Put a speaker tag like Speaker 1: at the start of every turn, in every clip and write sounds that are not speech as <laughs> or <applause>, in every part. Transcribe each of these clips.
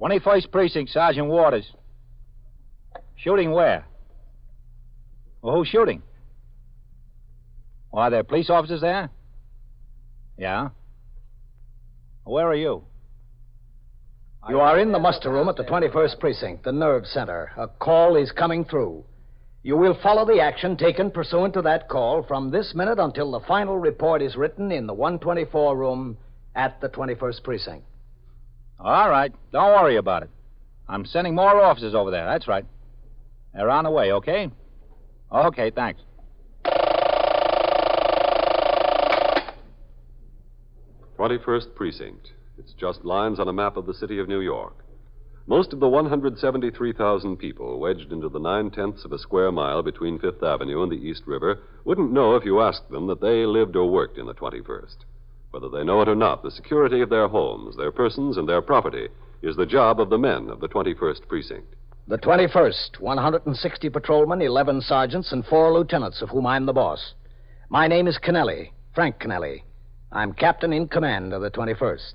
Speaker 1: 21st Precinct, Sergeant Waters. Shooting where? Well, who's shooting? Well, are there police officers there? Yeah. Where are you?
Speaker 2: You are in the muster room at the 21st Precinct, the nerve center. A call is coming through. You will follow the action taken pursuant to that call from this minute until the final report is written in the 124 room at the 21st Precinct.
Speaker 1: All right. Don't worry about it. I'm sending more officers over there. That's right. They're on the way, okay? Okay, thanks.
Speaker 3: Twenty-first precinct. It's just lines on a map of the city of New York. Most of the 173,000 people wedged into the nine tenths of a square mile between Fifth Avenue and the East River wouldn't know if you asked them that they lived or worked in the 21st. Whether they know it or not, the security of their homes, their persons, and their property is the job of the men of the 21st Precinct.
Speaker 2: The 21st, 160 patrolmen, 11 sergeants, and four lieutenants, of whom I'm the boss. My name is Kennelly, Frank Kennelly. I'm captain in command of the 21st.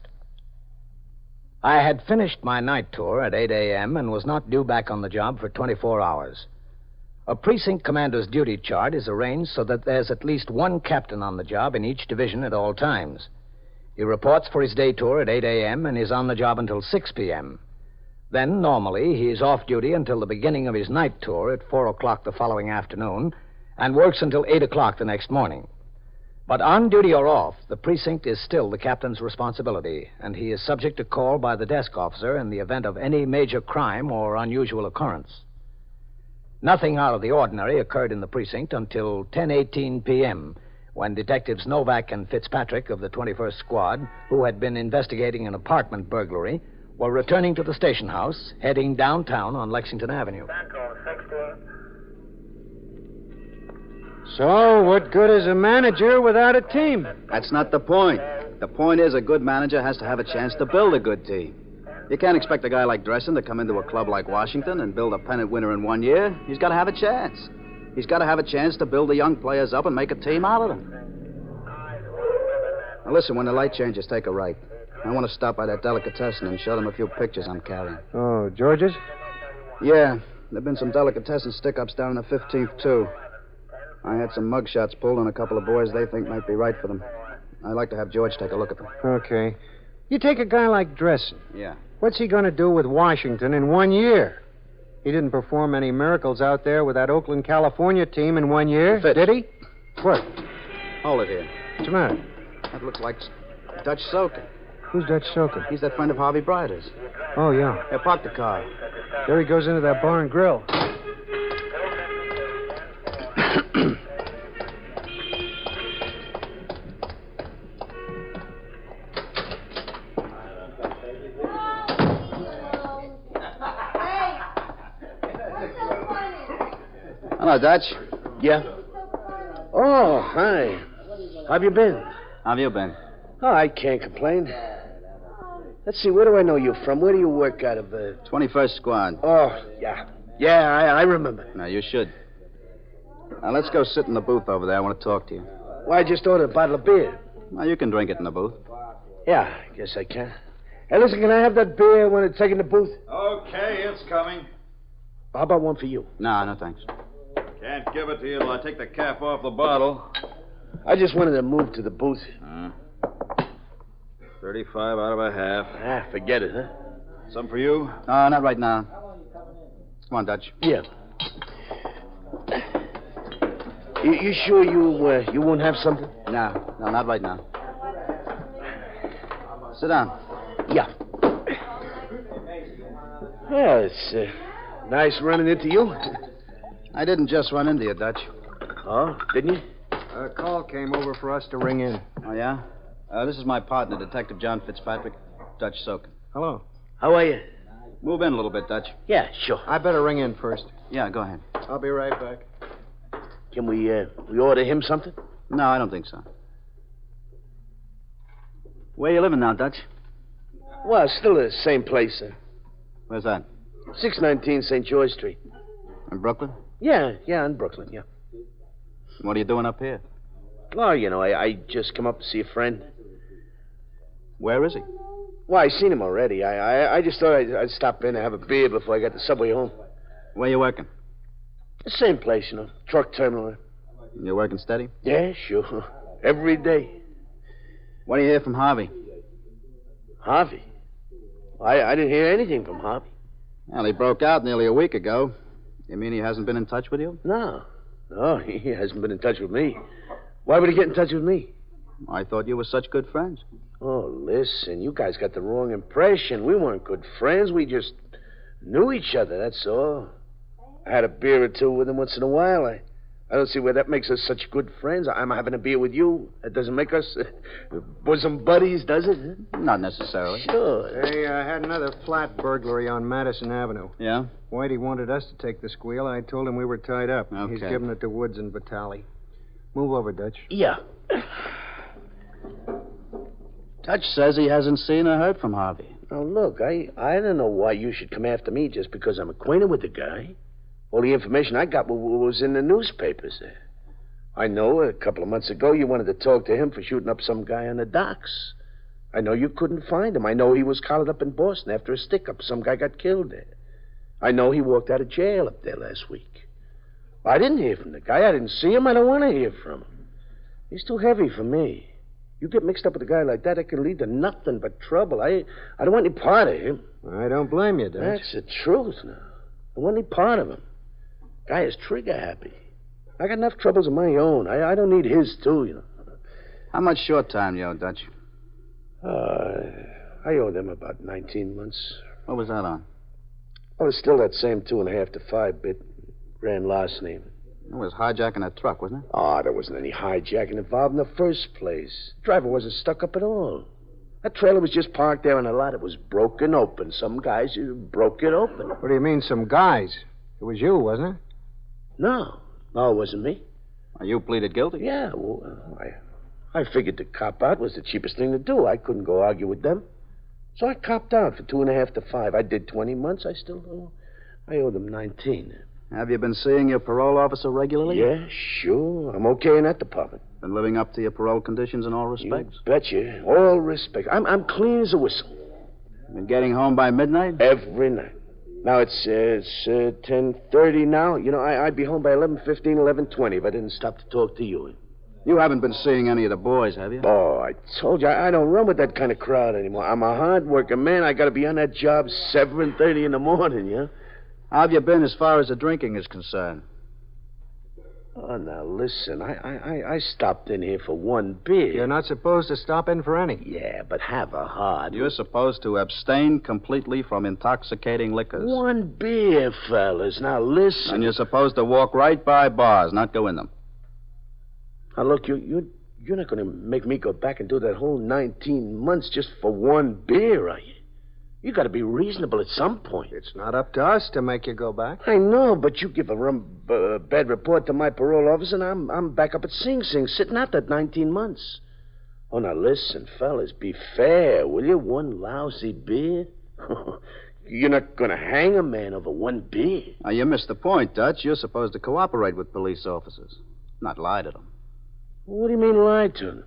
Speaker 2: I had finished my night tour at 8 a.m. and was not due back on the job for 24 hours. A precinct commander's duty chart is arranged so that there's at least one captain on the job in each division at all times. He reports for his day tour at 8 a.m. and is on the job until 6 p.m. Then, normally, he is off duty until the beginning of his night tour at 4 o'clock the following afternoon and works until 8 o'clock the next morning. But on duty or off, the precinct is still the captain's responsibility, and he is subject to call by the desk officer in the event of any major crime or unusual occurrence. Nothing out of the ordinary occurred in the precinct until 10:18 p.m., when detectives Novak and Fitzpatrick of the 21st Squad, who had been investigating an apartment burglary, were returning to the station house, heading downtown on Lexington Avenue.
Speaker 4: So, what good is a manager without a team?
Speaker 5: That's not the point. The point is, a good manager has to have a chance to build a good team. You can't expect a guy like Dressen to come into a club like Washington and build a pennant winner in one year. He's got to have a chance. He's got to have a chance to build the young players up and make a team out of them. Now, listen, when the light changes, take a right. I want to stop by that delicatessen and show them a few pictures I'm carrying.
Speaker 4: Oh, George's?
Speaker 5: Yeah, there've been some delicatessen stick-ups down in the 15th too. I had some mug shots pulled on a couple of boys they think might be right for them. I'd like to have George take a look at them.
Speaker 4: Okay. You take a guy like Dressen.
Speaker 5: Yeah.
Speaker 4: What's he going to do with Washington in one year? He didn't perform any miracles out there with that Oakland, California team in one year,
Speaker 5: Fitz.
Speaker 4: did he? What?
Speaker 5: Hold it here.
Speaker 4: What's the matter?
Speaker 5: That looks like s- Dutch Soaking.
Speaker 4: Who's Dutch Soaking?
Speaker 5: He's that friend of Harvey Brider's.
Speaker 4: Oh, yeah.
Speaker 5: Here, park the car.
Speaker 4: There he goes into that bar and grill.
Speaker 6: Hey! What's so funny?
Speaker 5: Hello, Dutch.
Speaker 7: Yeah? Oh, hi. How've you been?
Speaker 5: How have you been?
Speaker 7: Oh, I can't complain. Let's see, where do I know you from? Where do you work out of? Uh...
Speaker 5: 21st Squad.
Speaker 7: Oh, yeah. Yeah, I, I remember.
Speaker 5: Now, you should. Now, let's go sit in the booth over there. I want to talk to you.
Speaker 7: Well, I just ordered a bottle of beer.
Speaker 5: Now, you can drink it in the booth.
Speaker 7: Yeah, I guess I can. Hey, listen, can I have that beer when it's taken to booth?
Speaker 8: Okay, it's coming.
Speaker 7: How about one for you?
Speaker 5: No, no thanks.
Speaker 8: Can't give it to you till I take the cap off the bottle.
Speaker 7: I just wanted to move to the booth.
Speaker 5: Hmm.
Speaker 8: 35 out of a half.
Speaker 7: Ah, forget it, huh?
Speaker 8: Some for you?
Speaker 5: No, not right now. Come on, Dutch.
Speaker 7: Yeah. You, you sure you uh, you won't have something?
Speaker 5: No, no, not right now. Sit down.
Speaker 7: Yeah. Well, it's uh, nice running into you.
Speaker 5: I didn't just run into you, Dutch.
Speaker 7: Oh, didn't you?
Speaker 4: A call came over for us to ring in.
Speaker 5: Oh, yeah? Uh, this is my partner, Detective John Fitzpatrick, Dutch Soakin.
Speaker 4: Hello.
Speaker 7: How are you?
Speaker 5: Move in a little bit, Dutch.
Speaker 7: Yeah, sure.
Speaker 4: I better ring in first.
Speaker 5: Yeah, go ahead.
Speaker 4: I'll be right back.
Speaker 7: Can we uh, we order him something?
Speaker 5: No, I don't think so. Where you living now, Dutch?
Speaker 7: Well, it's still the same place, uh,
Speaker 5: Where's that?
Speaker 7: 619 St. George Street.
Speaker 5: In Brooklyn?
Speaker 7: Yeah, yeah, in Brooklyn, yeah.
Speaker 5: What are you doing up here?
Speaker 7: Well, you know, I, I just come up to see a friend.
Speaker 5: Where is he?
Speaker 7: Well, I seen him already. I I, I just thought I'd, I'd stop in and have a beer before I got the subway home.
Speaker 5: Where you working?
Speaker 7: The same place, you know, truck terminal.
Speaker 5: You working steady?
Speaker 7: Yeah, sure. <laughs> Every day.
Speaker 5: What do you hear from Harvey?
Speaker 7: Harvey. I, I didn't hear anything from Harvey.
Speaker 5: Well, he broke out nearly a week ago. You mean he hasn't been in touch with you?
Speaker 7: No. No, <laughs> he hasn't been in touch with me. Why would he get in touch with me?
Speaker 5: I thought you were such good friends.
Speaker 7: Oh, listen, you guys got the wrong impression. We weren't good friends. We just knew each other, that's all. I had a beer or two with him once in a while. I, I don't see where that makes us such good friends. I'm having a beer with you. That doesn't make us <laughs> uh, bosom buddies, does it?
Speaker 5: Not necessarily.
Speaker 7: Sure.
Speaker 4: They uh, had another flat burglary on Madison Avenue.
Speaker 5: Yeah?
Speaker 4: Whitey wanted us to take the squeal. I told him we were tied up. He's
Speaker 5: Okay.
Speaker 4: giving it to Woods and Vitale. Move over, Dutch.
Speaker 7: Yeah.
Speaker 5: Dutch says he hasn't seen or heard from Harvey.
Speaker 7: Now, look, I, I don't know why you should come after me just because I'm acquainted with the guy. All the information I got wa- wa- was in the newspapers there. I know a couple of months ago you wanted to talk to him for shooting up some guy on the docks. I know you couldn't find him. I know he was collared up in Boston after a stick up. Some guy got killed there. I know he walked out of jail up there last week. I didn't hear from the guy. I didn't see him. I don't want to hear from him. He's too heavy for me. You get mixed up with a guy like that, it can lead to nothing but trouble. I, I don't want any part of him.
Speaker 4: I don't blame you, Dutch.
Speaker 7: That's the truth now. I want any part of him. Guy is trigger happy. I got enough troubles of my own. I, I don't need his, too, you
Speaker 5: How much short time you owe Dutch?
Speaker 7: know. Uh, I owe them about 19 months.
Speaker 5: What was that on?
Speaker 7: Oh, it's still that same two and a half to five bit. Grand larceny.
Speaker 5: It was hijacking a truck, wasn't it?
Speaker 7: Ah, there wasn't any hijacking involved in the first place. Driver wasn't stuck up at all. That trailer was just parked there on a lot. It was broken open. Some guys uh, broke it open.
Speaker 4: What do you mean, some guys? It was you, wasn't it?
Speaker 7: No, no, it wasn't me.
Speaker 5: You pleaded guilty?
Speaker 7: Yeah, well, I, I figured the cop out was the cheapest thing to do. I couldn't go argue with them. So I copped out for two and a half to five. I did 20 months. I still owe, I owe them 19.
Speaker 5: Have you been seeing your parole officer regularly?
Speaker 7: Yeah, sure. I'm okay in that department.
Speaker 5: Been living up to your parole conditions in all respects?
Speaker 7: You betcha. All respect. I'm, I'm clean as a whistle.
Speaker 5: Been getting home by midnight?
Speaker 7: Every night. Now it's, uh, it's uh, 10.30 now. You know, I, I'd be home by 11.15, 11.20 if I didn't stop to talk to you.
Speaker 5: You haven't been seeing any of the boys, have you?
Speaker 7: Oh, I told you, I, I don't run with that kind of crowd anymore. I'm a hard working man. I gotta be on that job 7.30 in the morning, yeah?
Speaker 5: How have you been as far as the drinking is concerned?
Speaker 7: Oh, now listen, I, I, I, I stopped in here for one beer.
Speaker 4: You're not supposed to stop in for any.
Speaker 7: Yeah, but have a heart.
Speaker 5: You're supposed to abstain completely from intoxicating liquors.
Speaker 7: One beer, fellas. Now listen.
Speaker 5: And you're supposed to walk right by bars, not go in them.
Speaker 7: Now look, you, you, you're not gonna make me go back and do that whole 19 months just for one beer, are you? You gotta be reasonable at some point.
Speaker 4: It's not up to us to make you go back.
Speaker 7: I know, but you give a rum, uh, bad report to my parole officer, and I'm, I'm back up at Sing Sing, sitting out that 19 months. Oh, now listen, fellas, be fair, will you? One lousy beer? <laughs> You're not going to hang a man over one beer.
Speaker 5: Now, you missed the point, Dutch. You're supposed to cooperate with police officers, not lie to them.
Speaker 7: What do you mean lie to him?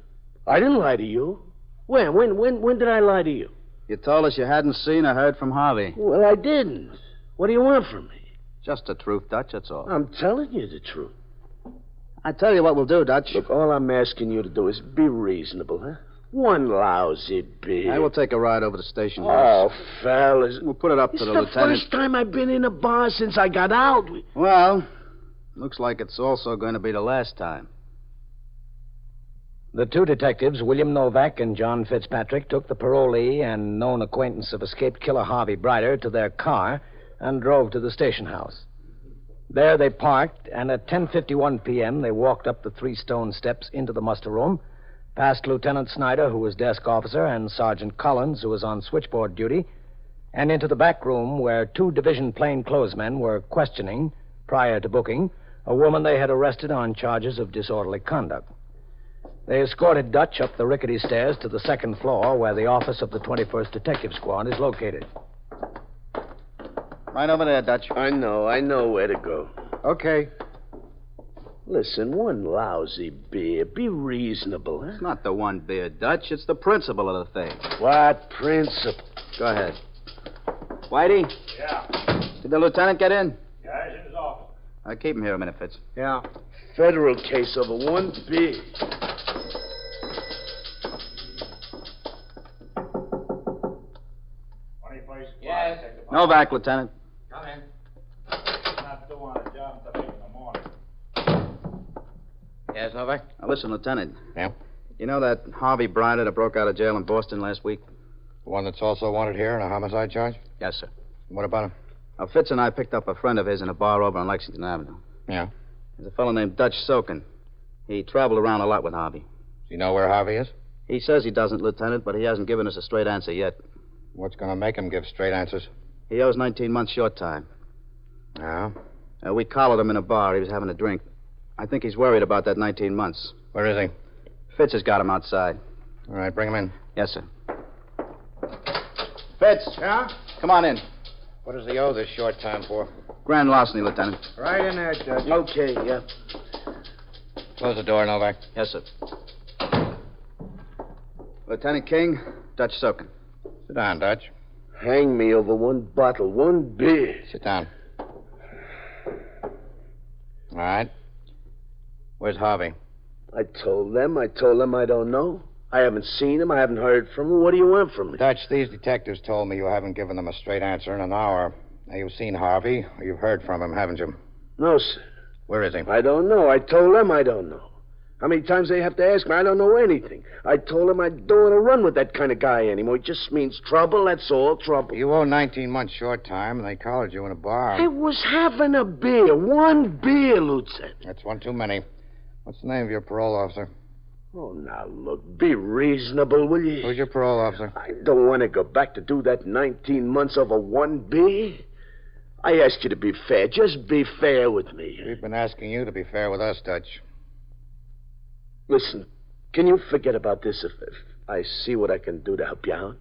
Speaker 7: I didn't lie to you. When? When? When? When did I lie to you?
Speaker 5: You told us you hadn't seen or heard from Harvey.
Speaker 7: Well, I didn't. What do you want from me?
Speaker 5: Just the truth, Dutch, that's all.
Speaker 7: I'm telling you the truth.
Speaker 5: I tell you what we'll do, Dutch.
Speaker 7: Look, all I'm asking you to do is be reasonable, huh? One lousy beer.
Speaker 5: I will take a ride over to station
Speaker 7: Oh,
Speaker 5: house.
Speaker 7: fellas.
Speaker 5: We'll put it up
Speaker 7: It's
Speaker 5: to the,
Speaker 7: the,
Speaker 5: lieutenant.
Speaker 7: first time I've been in a bar since I got out.
Speaker 5: Well, looks like it's also going to be the last time.
Speaker 2: The two detectives, William Novak and John Fitzpatrick, took the parolee and known acquaintance of escaped killer Harvey Brighter to their car and drove to the station house. There they parked, and at 10:51 p.m. they walked up the three stone steps into the muster room, past Lieutenant Snyder, who was desk officer, and Sergeant Collins, who was on switchboard duty, and into the back room where two division plainclothesmen were questioning, prior to booking, a woman they had arrested on charges of disorderly conduct. They escorted Dutch up the rickety stairs to the second floor where the office of the 21st Detective Squad is located.
Speaker 5: Right over there, Dutch.
Speaker 7: I know, I know where to go.
Speaker 4: Okay.
Speaker 7: Listen, one lousy beer. Be reasonable,
Speaker 5: It's
Speaker 7: huh?
Speaker 5: not the one beer, Dutch. It's the principle of the thing.
Speaker 7: What principle?
Speaker 5: Go ahead. Whitey? Yeah. Did the lieutenant get in?
Speaker 9: Yeah, he's in his office.
Speaker 5: Uh, keep him here a minute, Fitz.
Speaker 4: Yeah.
Speaker 7: Federal case over one beer.
Speaker 9: Twenty place. Yes. Take the
Speaker 5: No back, lieutenant.
Speaker 9: Come in. Not doing a job until eight in the morning.
Speaker 10: Yes, Novak?
Speaker 5: Now, listen, lieutenant.
Speaker 10: Yeah?
Speaker 5: You know that Harvey Bryant that broke out of jail in Boston last week?
Speaker 10: The one that's also wanted here on a homicide charge?
Speaker 5: Yes, sir.
Speaker 10: What about him?
Speaker 5: Now, Fitz and I picked up a friend of his in a bar over on Lexington Avenue.
Speaker 10: Yeah.
Speaker 5: There's a fellow named Dutch Sokin. He traveled around a lot with Harvey.
Speaker 10: Do you know where Harvey is?
Speaker 5: He says he doesn't, Lieutenant, but he hasn't given us a straight answer yet.
Speaker 10: What's going to make him give straight answers?
Speaker 5: He owes 19 months short time.
Speaker 10: Yeah.
Speaker 5: Uh, we collared him in a bar. He was having a drink. I think he's worried about that 19 months.
Speaker 10: Where is he?
Speaker 5: Fitz has got him outside.
Speaker 10: All right, bring him in.
Speaker 5: Yes, sir. Fitz,
Speaker 4: Yeah?
Speaker 5: come on in.
Speaker 10: What does he owe this short time for?
Speaker 5: Grand larceny, Lieutenant.
Speaker 4: Right in there, Judge.
Speaker 7: Okay, yeah.
Speaker 10: Close the door, Novak.
Speaker 5: Yes, sir. Lieutenant King, Dutch Soakin.
Speaker 10: Sit down, Dutch.
Speaker 7: Hang me over one bottle, one beer.
Speaker 10: Sit down. All right. Where's Harvey?
Speaker 7: I told them, I told them I don't know. I haven't seen him, I haven't heard from him. What do you want from me?
Speaker 10: Dutch, these detectives told me you haven't given them a straight answer in an hour. Now, you've seen Harvey. or You've heard from him, haven't you?
Speaker 7: No, sir.
Speaker 10: Where is he?
Speaker 7: I don't know. I told them I don't know. How many times they have to ask me? I don't know anything. I told them I don't want to run with that kind of guy anymore. It just means trouble, that's all, trouble.
Speaker 10: You owe 19 months short time, and they collared you in a bar.
Speaker 7: I was having a beer, one beer, Lieutenant.
Speaker 10: That's one too many. What's the name of your parole officer?
Speaker 7: Oh, now look, be reasonable, will you?
Speaker 10: Who's your parole officer?
Speaker 7: I don't want to go back to do that 19 months over one beer. I ask you to be fair. Just be fair with me.
Speaker 10: We've been asking you to be fair with us, Dutch.
Speaker 7: Listen, can you forget about this if, if I see what I can do to help you out?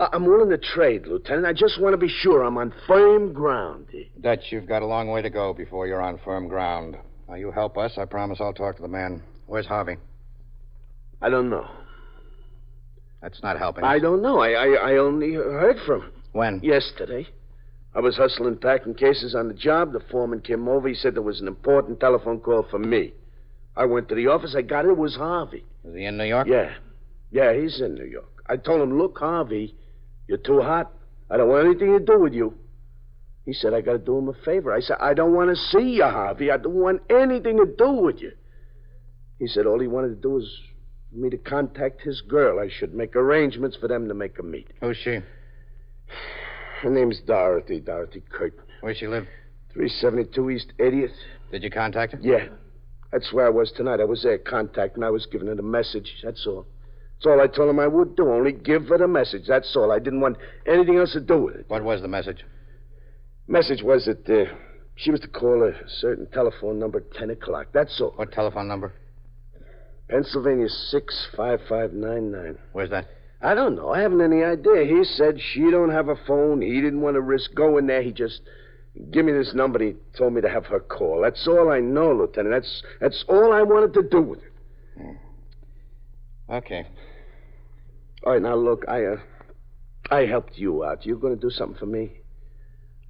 Speaker 7: I- I'm willing to trade, Lieutenant. I just want to be sure I'm on firm ground. here.
Speaker 10: Dutch, you've got a long way to go before you're on firm ground. Now, you help us. I promise I'll talk to the man. Where's Harvey?
Speaker 7: I don't know.
Speaker 10: That's not helping.
Speaker 7: I don't know. I, I, I only heard from him
Speaker 10: When?
Speaker 7: yesterday. I was hustling, packing cases on the job. The foreman came over. He said there was an important telephone call for me. I went to the office. I got it. It was Harvey.
Speaker 10: Is he in New York?
Speaker 7: Yeah. Yeah, he's in New York. I told him, look, Harvey, you're too hot. I don't want anything to do with you. He said, I got to do him a favor. I said, I don't want to see you, Harvey. I don't want anything to do with you. He said, all he wanted to do was for me to contact his girl. I should make arrangements for them to make a meet.
Speaker 10: Who's she?
Speaker 7: Her name's Dorothy, Dorothy Curtin.
Speaker 10: Where's she live?
Speaker 7: 372 East 80th.
Speaker 10: Did you contact her?
Speaker 7: Yeah. That's where I was tonight. I was there, contact, and I was giving her the message. That's all. That's all I told him I would do. Only give her the message. That's all. I didn't want anything else to do with it.
Speaker 10: What was the message?
Speaker 7: Message was that uh, she was to call a certain telephone number at 10 o'clock. That's all.
Speaker 10: What telephone number?
Speaker 7: Pennsylvania 65599.
Speaker 10: Where's that?
Speaker 7: I don't know. I haven't any idea. He said she don't have a phone. He didn't want to risk going there. He just give me this number. He told me to have her call. That's all I know, Lieutenant. That's that's all I wanted to do with it.
Speaker 10: Okay.
Speaker 7: All right, now look, I, uh, I helped you out. You going to do something for me?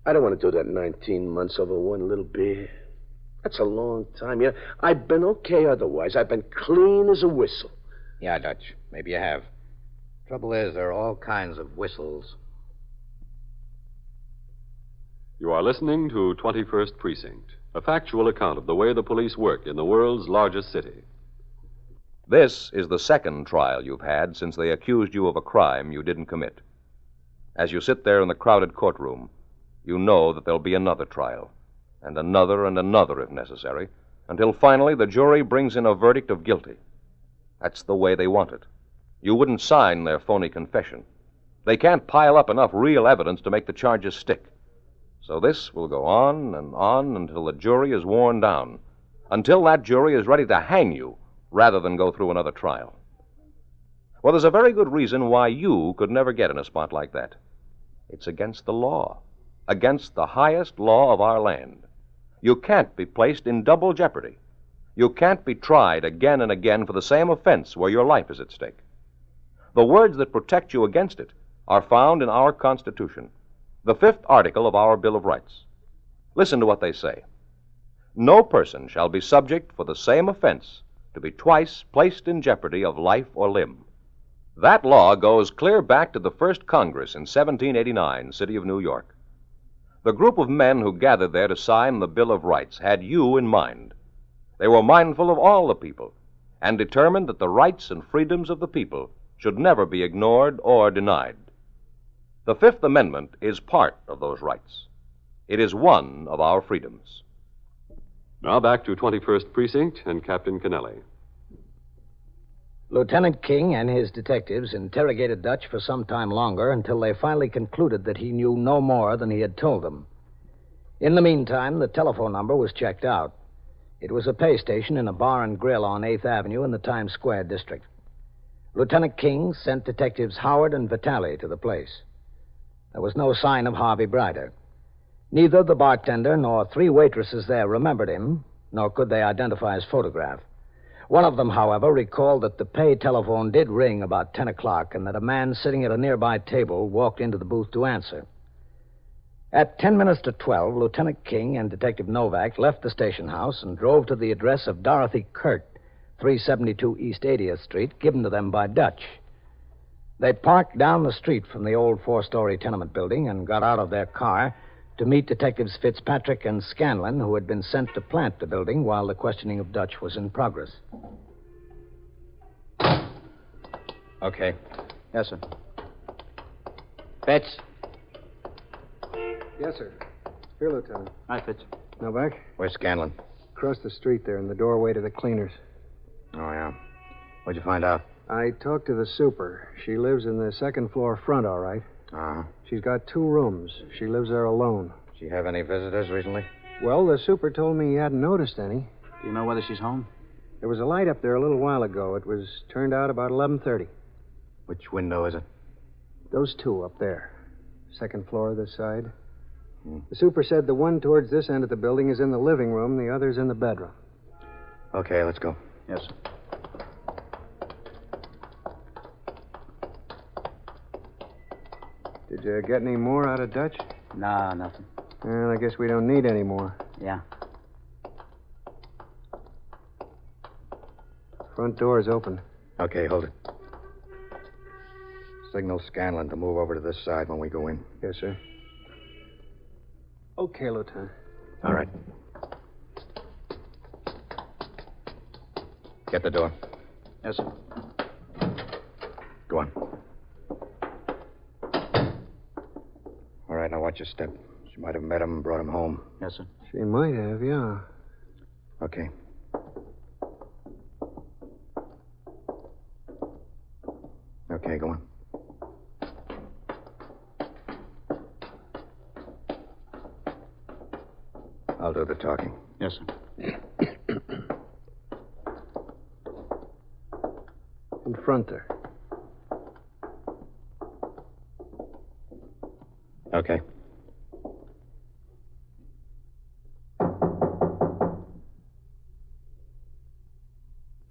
Speaker 7: I don't want to do that 19 months over one little beer. That's a long time. You know, I've been okay otherwise. I've been clean as a whistle.
Speaker 10: Yeah, Dutch. Maybe you have. Trouble is, there are all kinds of whistles.
Speaker 3: You are listening to 21st Precinct, a factual account of the way the police work in the world's largest city.
Speaker 11: This is the second trial you've had since they accused you of a crime you didn't commit. As you sit there in the crowded courtroom, you know that there'll be another trial, and another and another if necessary, until finally the jury brings in a verdict of guilty. That's the way they want it. You wouldn't sign their phony confession. They can't pile up enough real evidence to make the charges stick. So this will go on and on until the jury is worn down, until that jury is ready to hang you rather than go through another trial. Well, there's a very good reason why you could never get in a spot like that. It's against the law, against the highest law of our land. You can't be placed in double jeopardy. You can't be tried again and again for the same offense where your life is at stake. The words that protect you against it are found in our Constitution, the fifth article of our Bill of Rights. Listen to what they say No person shall be subject for the same offense to be twice placed in jeopardy of life or limb. That law goes clear back to the first Congress in 1789, City of New York. The group of men who gathered there to sign the Bill of Rights had you in mind. They were mindful of all the people and determined that the rights and freedoms of the people should never be ignored or denied. The Fifth Amendment is part of those rights. It is one of our freedoms.
Speaker 3: Now back to 21st Precinct and Captain Kennelly.
Speaker 2: Lieutenant King and his detectives interrogated Dutch for some time longer until they finally concluded that he knew no more than he had told them. In the meantime, the telephone number was checked out. It was a pay station in a bar and grill on 8th Avenue in the Times Square district. Lieutenant King sent detectives Howard and Vitale to the place. There was no sign of Harvey Brider. Neither the bartender nor three waitresses there remembered him, nor could they identify his photograph. One of them, however, recalled that the pay telephone did ring about 10 o'clock and that a man sitting at a nearby table walked into the booth to answer. At 10 minutes to 12, Lieutenant King and Detective Novak left the station house and drove to the address of Dorothy Kurt, 372 East 80th Street, given to them by Dutch. They parked down the street from the old four story tenement building and got out of their car to meet Detectives Fitzpatrick and Scanlon, who had been sent to plant the building while the questioning of Dutch was in progress.
Speaker 5: Okay. Yes, sir. Fitz.
Speaker 4: Yes, sir. Here, Lieutenant.
Speaker 5: Hi, Fitz.
Speaker 4: Novak?
Speaker 10: Where's Scanlon?
Speaker 4: Across the street there in the doorway to the cleaners.
Speaker 10: Oh, yeah. What'd you find out?
Speaker 4: I talked to the super. She lives in the second floor front, all right.
Speaker 10: Uh huh.
Speaker 4: She's got two rooms. She lives there alone.
Speaker 10: Did you have any visitors recently?
Speaker 4: Well, the super told me he hadn't noticed any.
Speaker 5: Do you know whether she's home?
Speaker 4: There was a light up there a little while ago. It was turned out about 11:30.
Speaker 10: Which window is it?
Speaker 4: Those two up there. Second floor this side. Hmm. The super said the one towards this end of the building is in the living room, the other's in the bedroom.
Speaker 10: Okay, let's go.
Speaker 5: Yes. Sir.
Speaker 4: Did you get any more out of Dutch?
Speaker 5: Nah, nothing.
Speaker 4: Well, I guess we don't need any more.
Speaker 5: Yeah.
Speaker 4: Front door's open.
Speaker 10: Okay, hold it. Signal Scanlon to move over to this side when we go in.
Speaker 4: Yes, sir. Okay, Lieutenant.
Speaker 10: All right. Get the door.
Speaker 5: Yes, sir.
Speaker 10: Go on. All right, now watch your step. She might have met him and brought him home.
Speaker 5: Yes, sir.
Speaker 4: She might have, yeah.
Speaker 10: Okay. Okay, go on. I'll do the talking.
Speaker 5: Yes, sir.
Speaker 4: Confront her.
Speaker 10: Okay.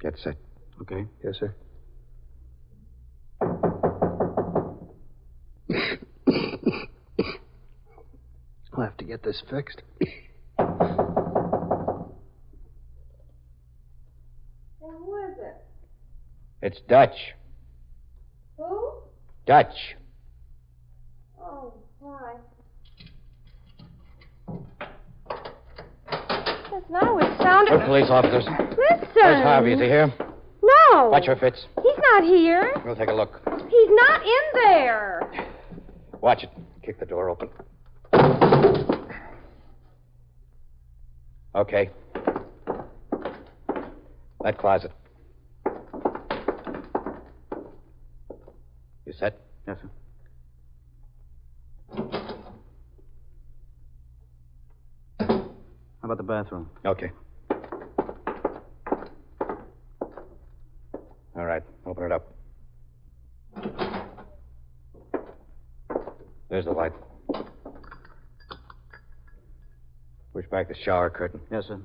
Speaker 10: Get set.
Speaker 5: Okay.
Speaker 4: Yes, sir. I'll have to get this fixed.
Speaker 6: Then who is it?
Speaker 10: It's Dutch.
Speaker 6: Who?
Speaker 10: Dutch.
Speaker 6: Oh, why? Just now it sounded.
Speaker 10: Good police officers.
Speaker 6: Listen.
Speaker 10: Where's Harvey? Is he here?
Speaker 6: No.
Speaker 10: Watch her, Fitz.
Speaker 6: He's not here.
Speaker 10: We'll take a look.
Speaker 6: He's not in there.
Speaker 10: Watch it. Kick the door open. Okay. That closet. You set?
Speaker 5: Yes, sir. How about the bathroom?
Speaker 10: Okay. All right, open it up. There's the light. Which Back the shower curtain.
Speaker 5: Yes, sir.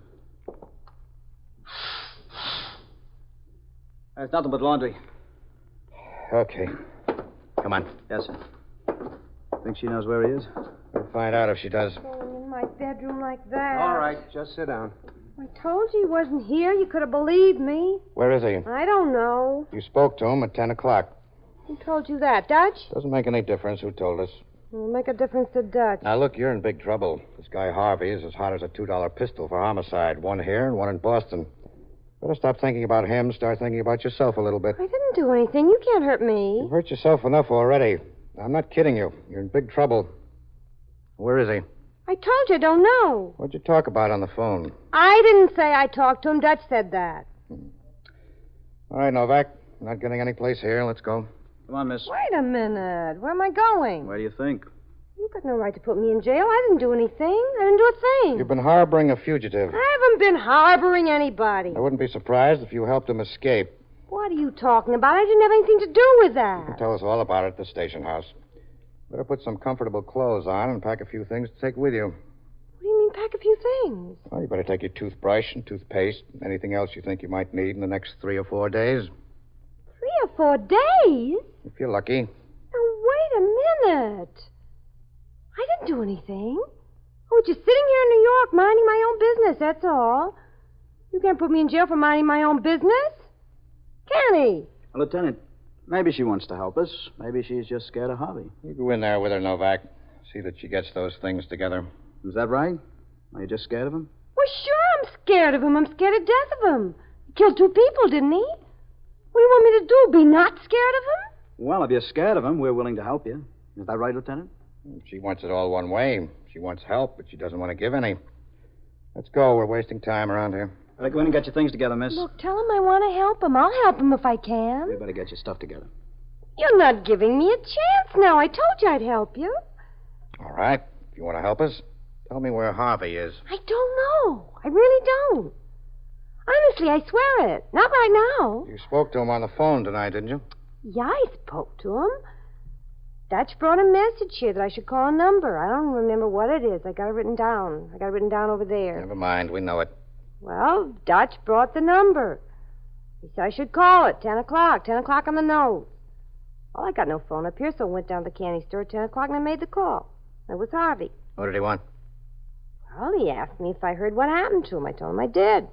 Speaker 5: It's nothing but laundry.
Speaker 10: Okay. Come on.
Speaker 5: Yes, sir. Think she knows where he is?
Speaker 10: We'll find out if she does.
Speaker 7: in my bedroom like that.
Speaker 4: All right, just sit down.
Speaker 7: I told you he wasn't here. You could have believed me.
Speaker 10: Where is he?
Speaker 7: I don't know.
Speaker 10: You spoke to him at 10 o'clock.
Speaker 7: Who told you that, Dutch?
Speaker 10: Doesn't make any difference who told us.
Speaker 7: It'll make a difference to Dutch.
Speaker 10: Now, look, you're in big trouble. This guy Harvey is as hot as a $2 pistol for homicide. One here and one in Boston. Better stop thinking about him. Start thinking about yourself a little bit.
Speaker 7: I didn't do anything. You can't hurt me.
Speaker 10: You've hurt yourself enough already. I'm not kidding you. You're in big trouble. Where is he?
Speaker 7: I told you I don't know.
Speaker 10: What'd you talk about on the phone?
Speaker 7: I didn't say I talked to him. Dutch said that.
Speaker 10: All right, Novak. Not getting any place here. Let's go.
Speaker 5: Come on, miss.
Speaker 7: Wait a minute. Where am I going?
Speaker 5: Where do you think?
Speaker 7: You've got no right to put me in jail. I didn't do anything. I didn't do a thing.
Speaker 10: You've been harboring a fugitive.
Speaker 7: Hmm. I haven't been harboring anybody.
Speaker 10: I wouldn't be surprised if you helped him escape.
Speaker 7: What are you talking about? I didn't have anything to do with that.
Speaker 10: Tell us all about it at the station house. Better put some comfortable clothes on and pack a few things to take with you.
Speaker 7: What do you mean, pack a few things?
Speaker 10: Well, you better take your toothbrush and toothpaste and anything else you think you might need in the next three or four days.
Speaker 7: Three or four days?
Speaker 10: If you're lucky.
Speaker 7: Now, wait a minute. I didn't do anything. I was just sitting here in New York minding my own business, that's all. You can't put me in jail for minding my own business. Can he?
Speaker 5: Lieutenant, maybe she wants to help us. Maybe she's just scared of Harvey.
Speaker 10: You go in there with her, Novak. See that she gets those things together.
Speaker 5: Is that right? Are you just scared of him?
Speaker 7: Well, sure, I'm scared of him. I'm scared to death of him. He killed two people, didn't he? What do you want me to do? Be not scared of him?
Speaker 5: Well, if you're scared of him, we're willing to help you. Is that right, Lieutenant?
Speaker 10: She wants it all one way. She wants help, but she doesn't want to give any. Let's go. We're wasting time around here.
Speaker 5: Better go in and get your things together, miss.
Speaker 7: Look, tell him I want to help him. I'll help him if I can.
Speaker 5: You better get your stuff together.
Speaker 7: You're not giving me a chance now. I told you I'd help you.
Speaker 10: All right. If you want to help us, tell me where Harvey is.
Speaker 7: I don't know. I really don't. Honestly, I swear it. Not right now.
Speaker 10: You spoke to him on the phone tonight, didn't you?
Speaker 7: Yeah, I spoke to him. Dutch brought a message here that I should call a number. I don't remember what it is. I got it written down. I got it written down over there.
Speaker 10: Never mind. We know it.
Speaker 7: Well, Dutch brought the number. He said I should call it. Ten o'clock. Ten o'clock on the nose. Well, I got no phone up here, so I went down to the candy store at ten o'clock and I made the call. It was Harvey.
Speaker 10: What did he want?
Speaker 7: Well, he asked me if I heard what happened to him. I told him I did.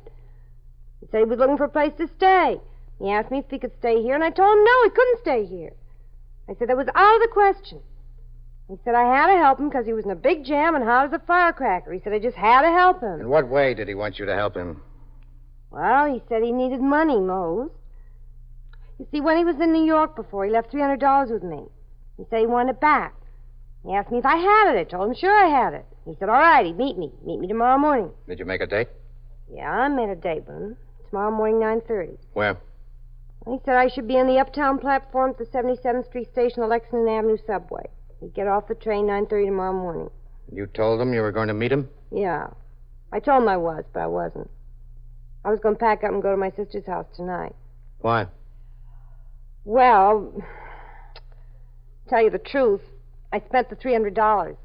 Speaker 7: He said he was looking for a place to stay. He asked me if he could stay here, and I told him no, he couldn't stay here. I said that was out of the question. He said I had to help him because he was in a big jam and hot as a firecracker. He said I just had to help him.
Speaker 10: In what way did he want you to help him?
Speaker 7: Well, he said he needed money, Mose. You see, when he was in New York before, he left $300 with me. He said he wanted it back. He asked me if I had it. I told him, sure, I had it. He said, all right, he'd meet me. Meet me tomorrow morning.
Speaker 10: Did you make a date?
Speaker 7: Yeah, I made a date with him. Tomorrow morning, 9.30.
Speaker 10: Where?
Speaker 7: He said I should be in the uptown platform at the 77th Street station, the Lexington Avenue subway. He'd get off the train 9.30 tomorrow morning.
Speaker 10: You told him you were going to meet him?
Speaker 7: Yeah. I told him I was, but I wasn't. I was going to pack up and go to my sister's house tonight.
Speaker 10: Why?
Speaker 7: Well, tell you the truth, I spent the $300.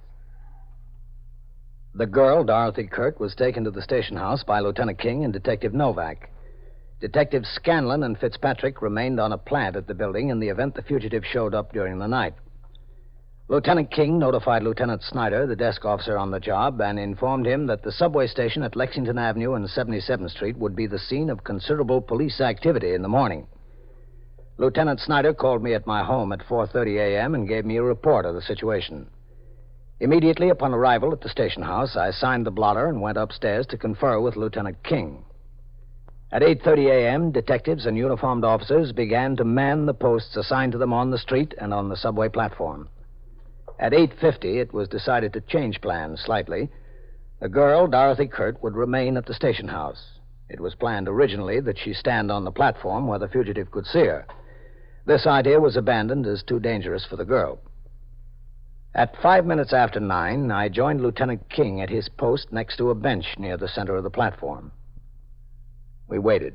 Speaker 2: The girl, Dorothy Kirk, was taken to the station house by Lieutenant King and Detective Novak. Detectives Scanlon and Fitzpatrick remained on a plant at the building in the event the fugitive showed up during the night. Lieutenant King notified Lieutenant Snyder, the desk officer on the job, and informed him that the subway station at Lexington Avenue and 77th Street would be the scene of considerable police activity in the morning. Lieutenant Snyder called me at my home at 4:30 a.m. and gave me a report of the situation. Immediately upon arrival at the station house, I signed the blotter and went upstairs to confer with Lieutenant King. At 8:30 a.m., detectives and uniformed officers began to man the posts assigned to them on the street and on the subway platform. At 8:50, it was decided to change plans slightly. The girl, Dorothy Kurt, would remain at the station house. It was planned originally that she stand on the platform where the fugitive could see her. This idea was abandoned as too dangerous for the girl. At five minutes after nine, I joined Lieutenant King at his post next to a bench near the center of the platform. We waited.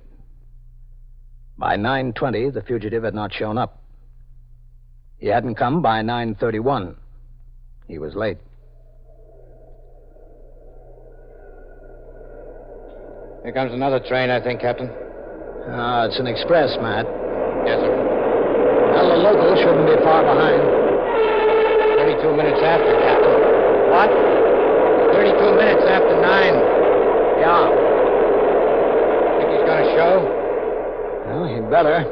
Speaker 2: By 9:20, the fugitive had not shown up. He hadn't come by 9:31. He was late.
Speaker 10: Here comes another train, I think, Captain.
Speaker 2: Ah, it's an express, Matt.
Speaker 10: Yes, sir.
Speaker 2: Well, the local shouldn't be far behind.
Speaker 10: 32 minutes after, Captain. What? 32 minutes after nine. Yeah. Think he's going to show?
Speaker 2: Well, he'd better.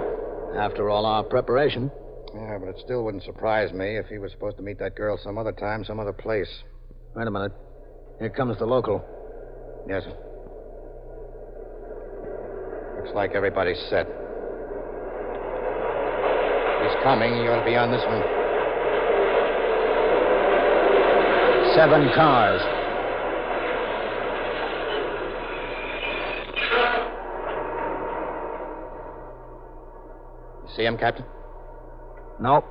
Speaker 2: After all our preparation.
Speaker 10: Yeah, but it still wouldn't surprise me if he was supposed to meet that girl some other time, some other place.
Speaker 2: Wait a minute. Here comes the local.
Speaker 10: Yes, sir. Looks like everybody's set. He's coming. He ought to be on this one.
Speaker 2: Seven cars.
Speaker 10: You see him, Captain?
Speaker 2: Nope.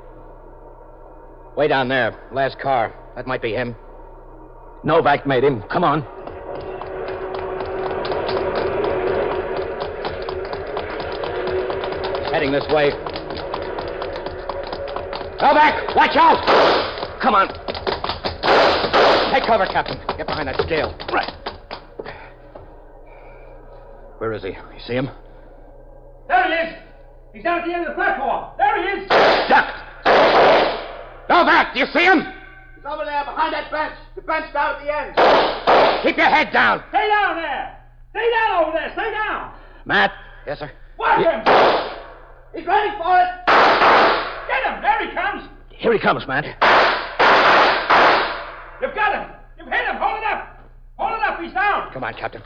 Speaker 10: Way down there. Last car. That might be him.
Speaker 2: Novak made him. Come on.
Speaker 10: He's heading this way. Novak, watch out! Come on. Take cover, Captain. Get behind that scale. Right. Where is he? You see him?
Speaker 9: There he is! He's down at the end of the platform! There he is!
Speaker 10: Duck! Novak, do you see him?
Speaker 9: He's over there behind that bench! The bench down at the end!
Speaker 10: Keep your head down.
Speaker 9: Stay down there! Stay down over there! Stay down!
Speaker 10: Matt. Yes, sir.
Speaker 9: Watch him! He's ready for it! Get him! There he comes!
Speaker 2: Here he comes, Matt.
Speaker 9: You've got him! You've hit him! Hold it up! Hold it up! He's down!
Speaker 10: Come on, Captain.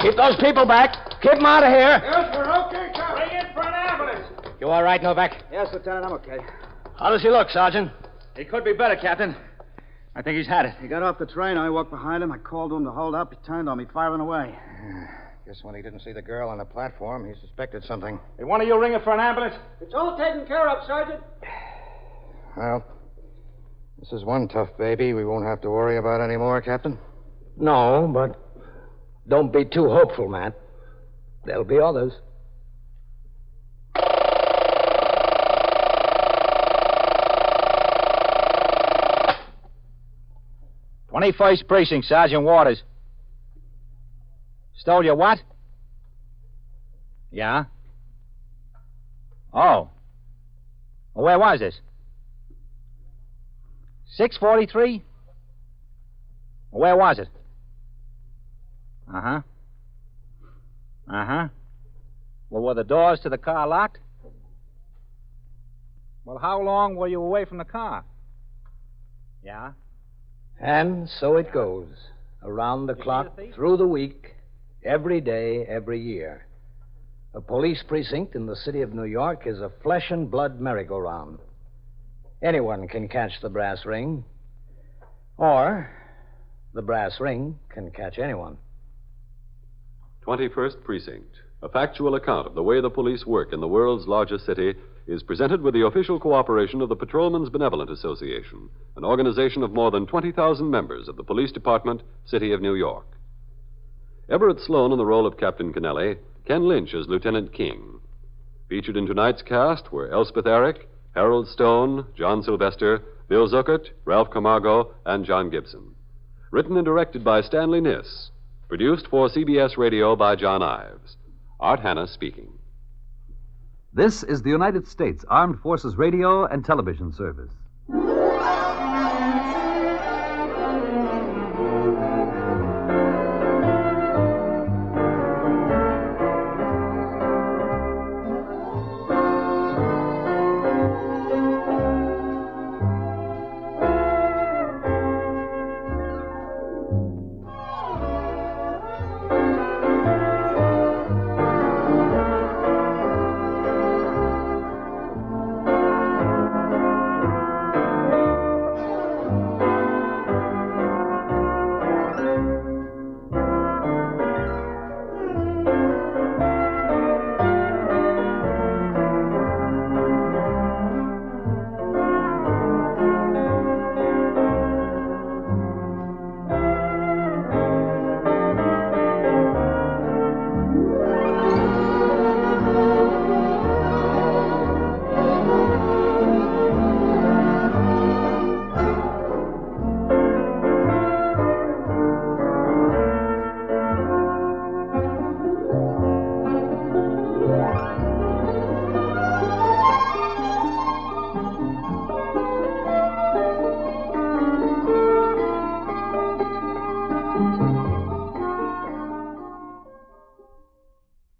Speaker 2: Keep those people back. Keep them out of here.
Speaker 9: Yes, we're okay, Captain. Bring in for an ambulance.
Speaker 10: You all right, Novak?
Speaker 5: Yes, Lieutenant, I'm okay.
Speaker 2: How does he look, Sergeant?
Speaker 5: He could be better, Captain. I think he's had it. He got off the train. I walked behind him. I called to him to hold up. He turned on me, firing away.
Speaker 10: <sighs> Guess when he didn't see the girl on the platform, he suspected something.
Speaker 5: Hey, one of you ring it for an ambulance?
Speaker 9: It's all taken care of, Sergeant.
Speaker 10: Well, this is one tough baby we won't have to worry about anymore, Captain.
Speaker 2: No, but don't be too hopeful, Matt. There'll be others.
Speaker 1: Twenty-first precinct, Sergeant Waters. Stole your what? Yeah. Oh. Well, where was this? Six forty-three. Where was it? Uh huh. Uh huh. Well, were the doors to the car locked? Well, how long were you away from the car? Yeah.
Speaker 2: And so it goes. Around the clock, through the week, every day, every year. A police precinct in the city of New York is a flesh and blood merry-go-round. Anyone can catch the brass ring, or the brass ring can catch anyone.
Speaker 3: 21st Precinct, a factual account of the way the police work in the world's largest city, is presented with the official cooperation of the Patrolmen's Benevolent Association, an organization of more than 20,000 members of the Police Department, City of New York. Everett Sloan in the role of Captain Kennelly, Ken Lynch as Lieutenant King. Featured in tonight's cast were Elspeth Eric, Harold Stone, John Sylvester, Bill Zuckert, Ralph Camargo, and John Gibson. Written and directed by Stanley Niss. Produced for CBS Radio by John Ives. Art Hanna speaking.
Speaker 12: This is the United States Armed Forces Radio and Television Service.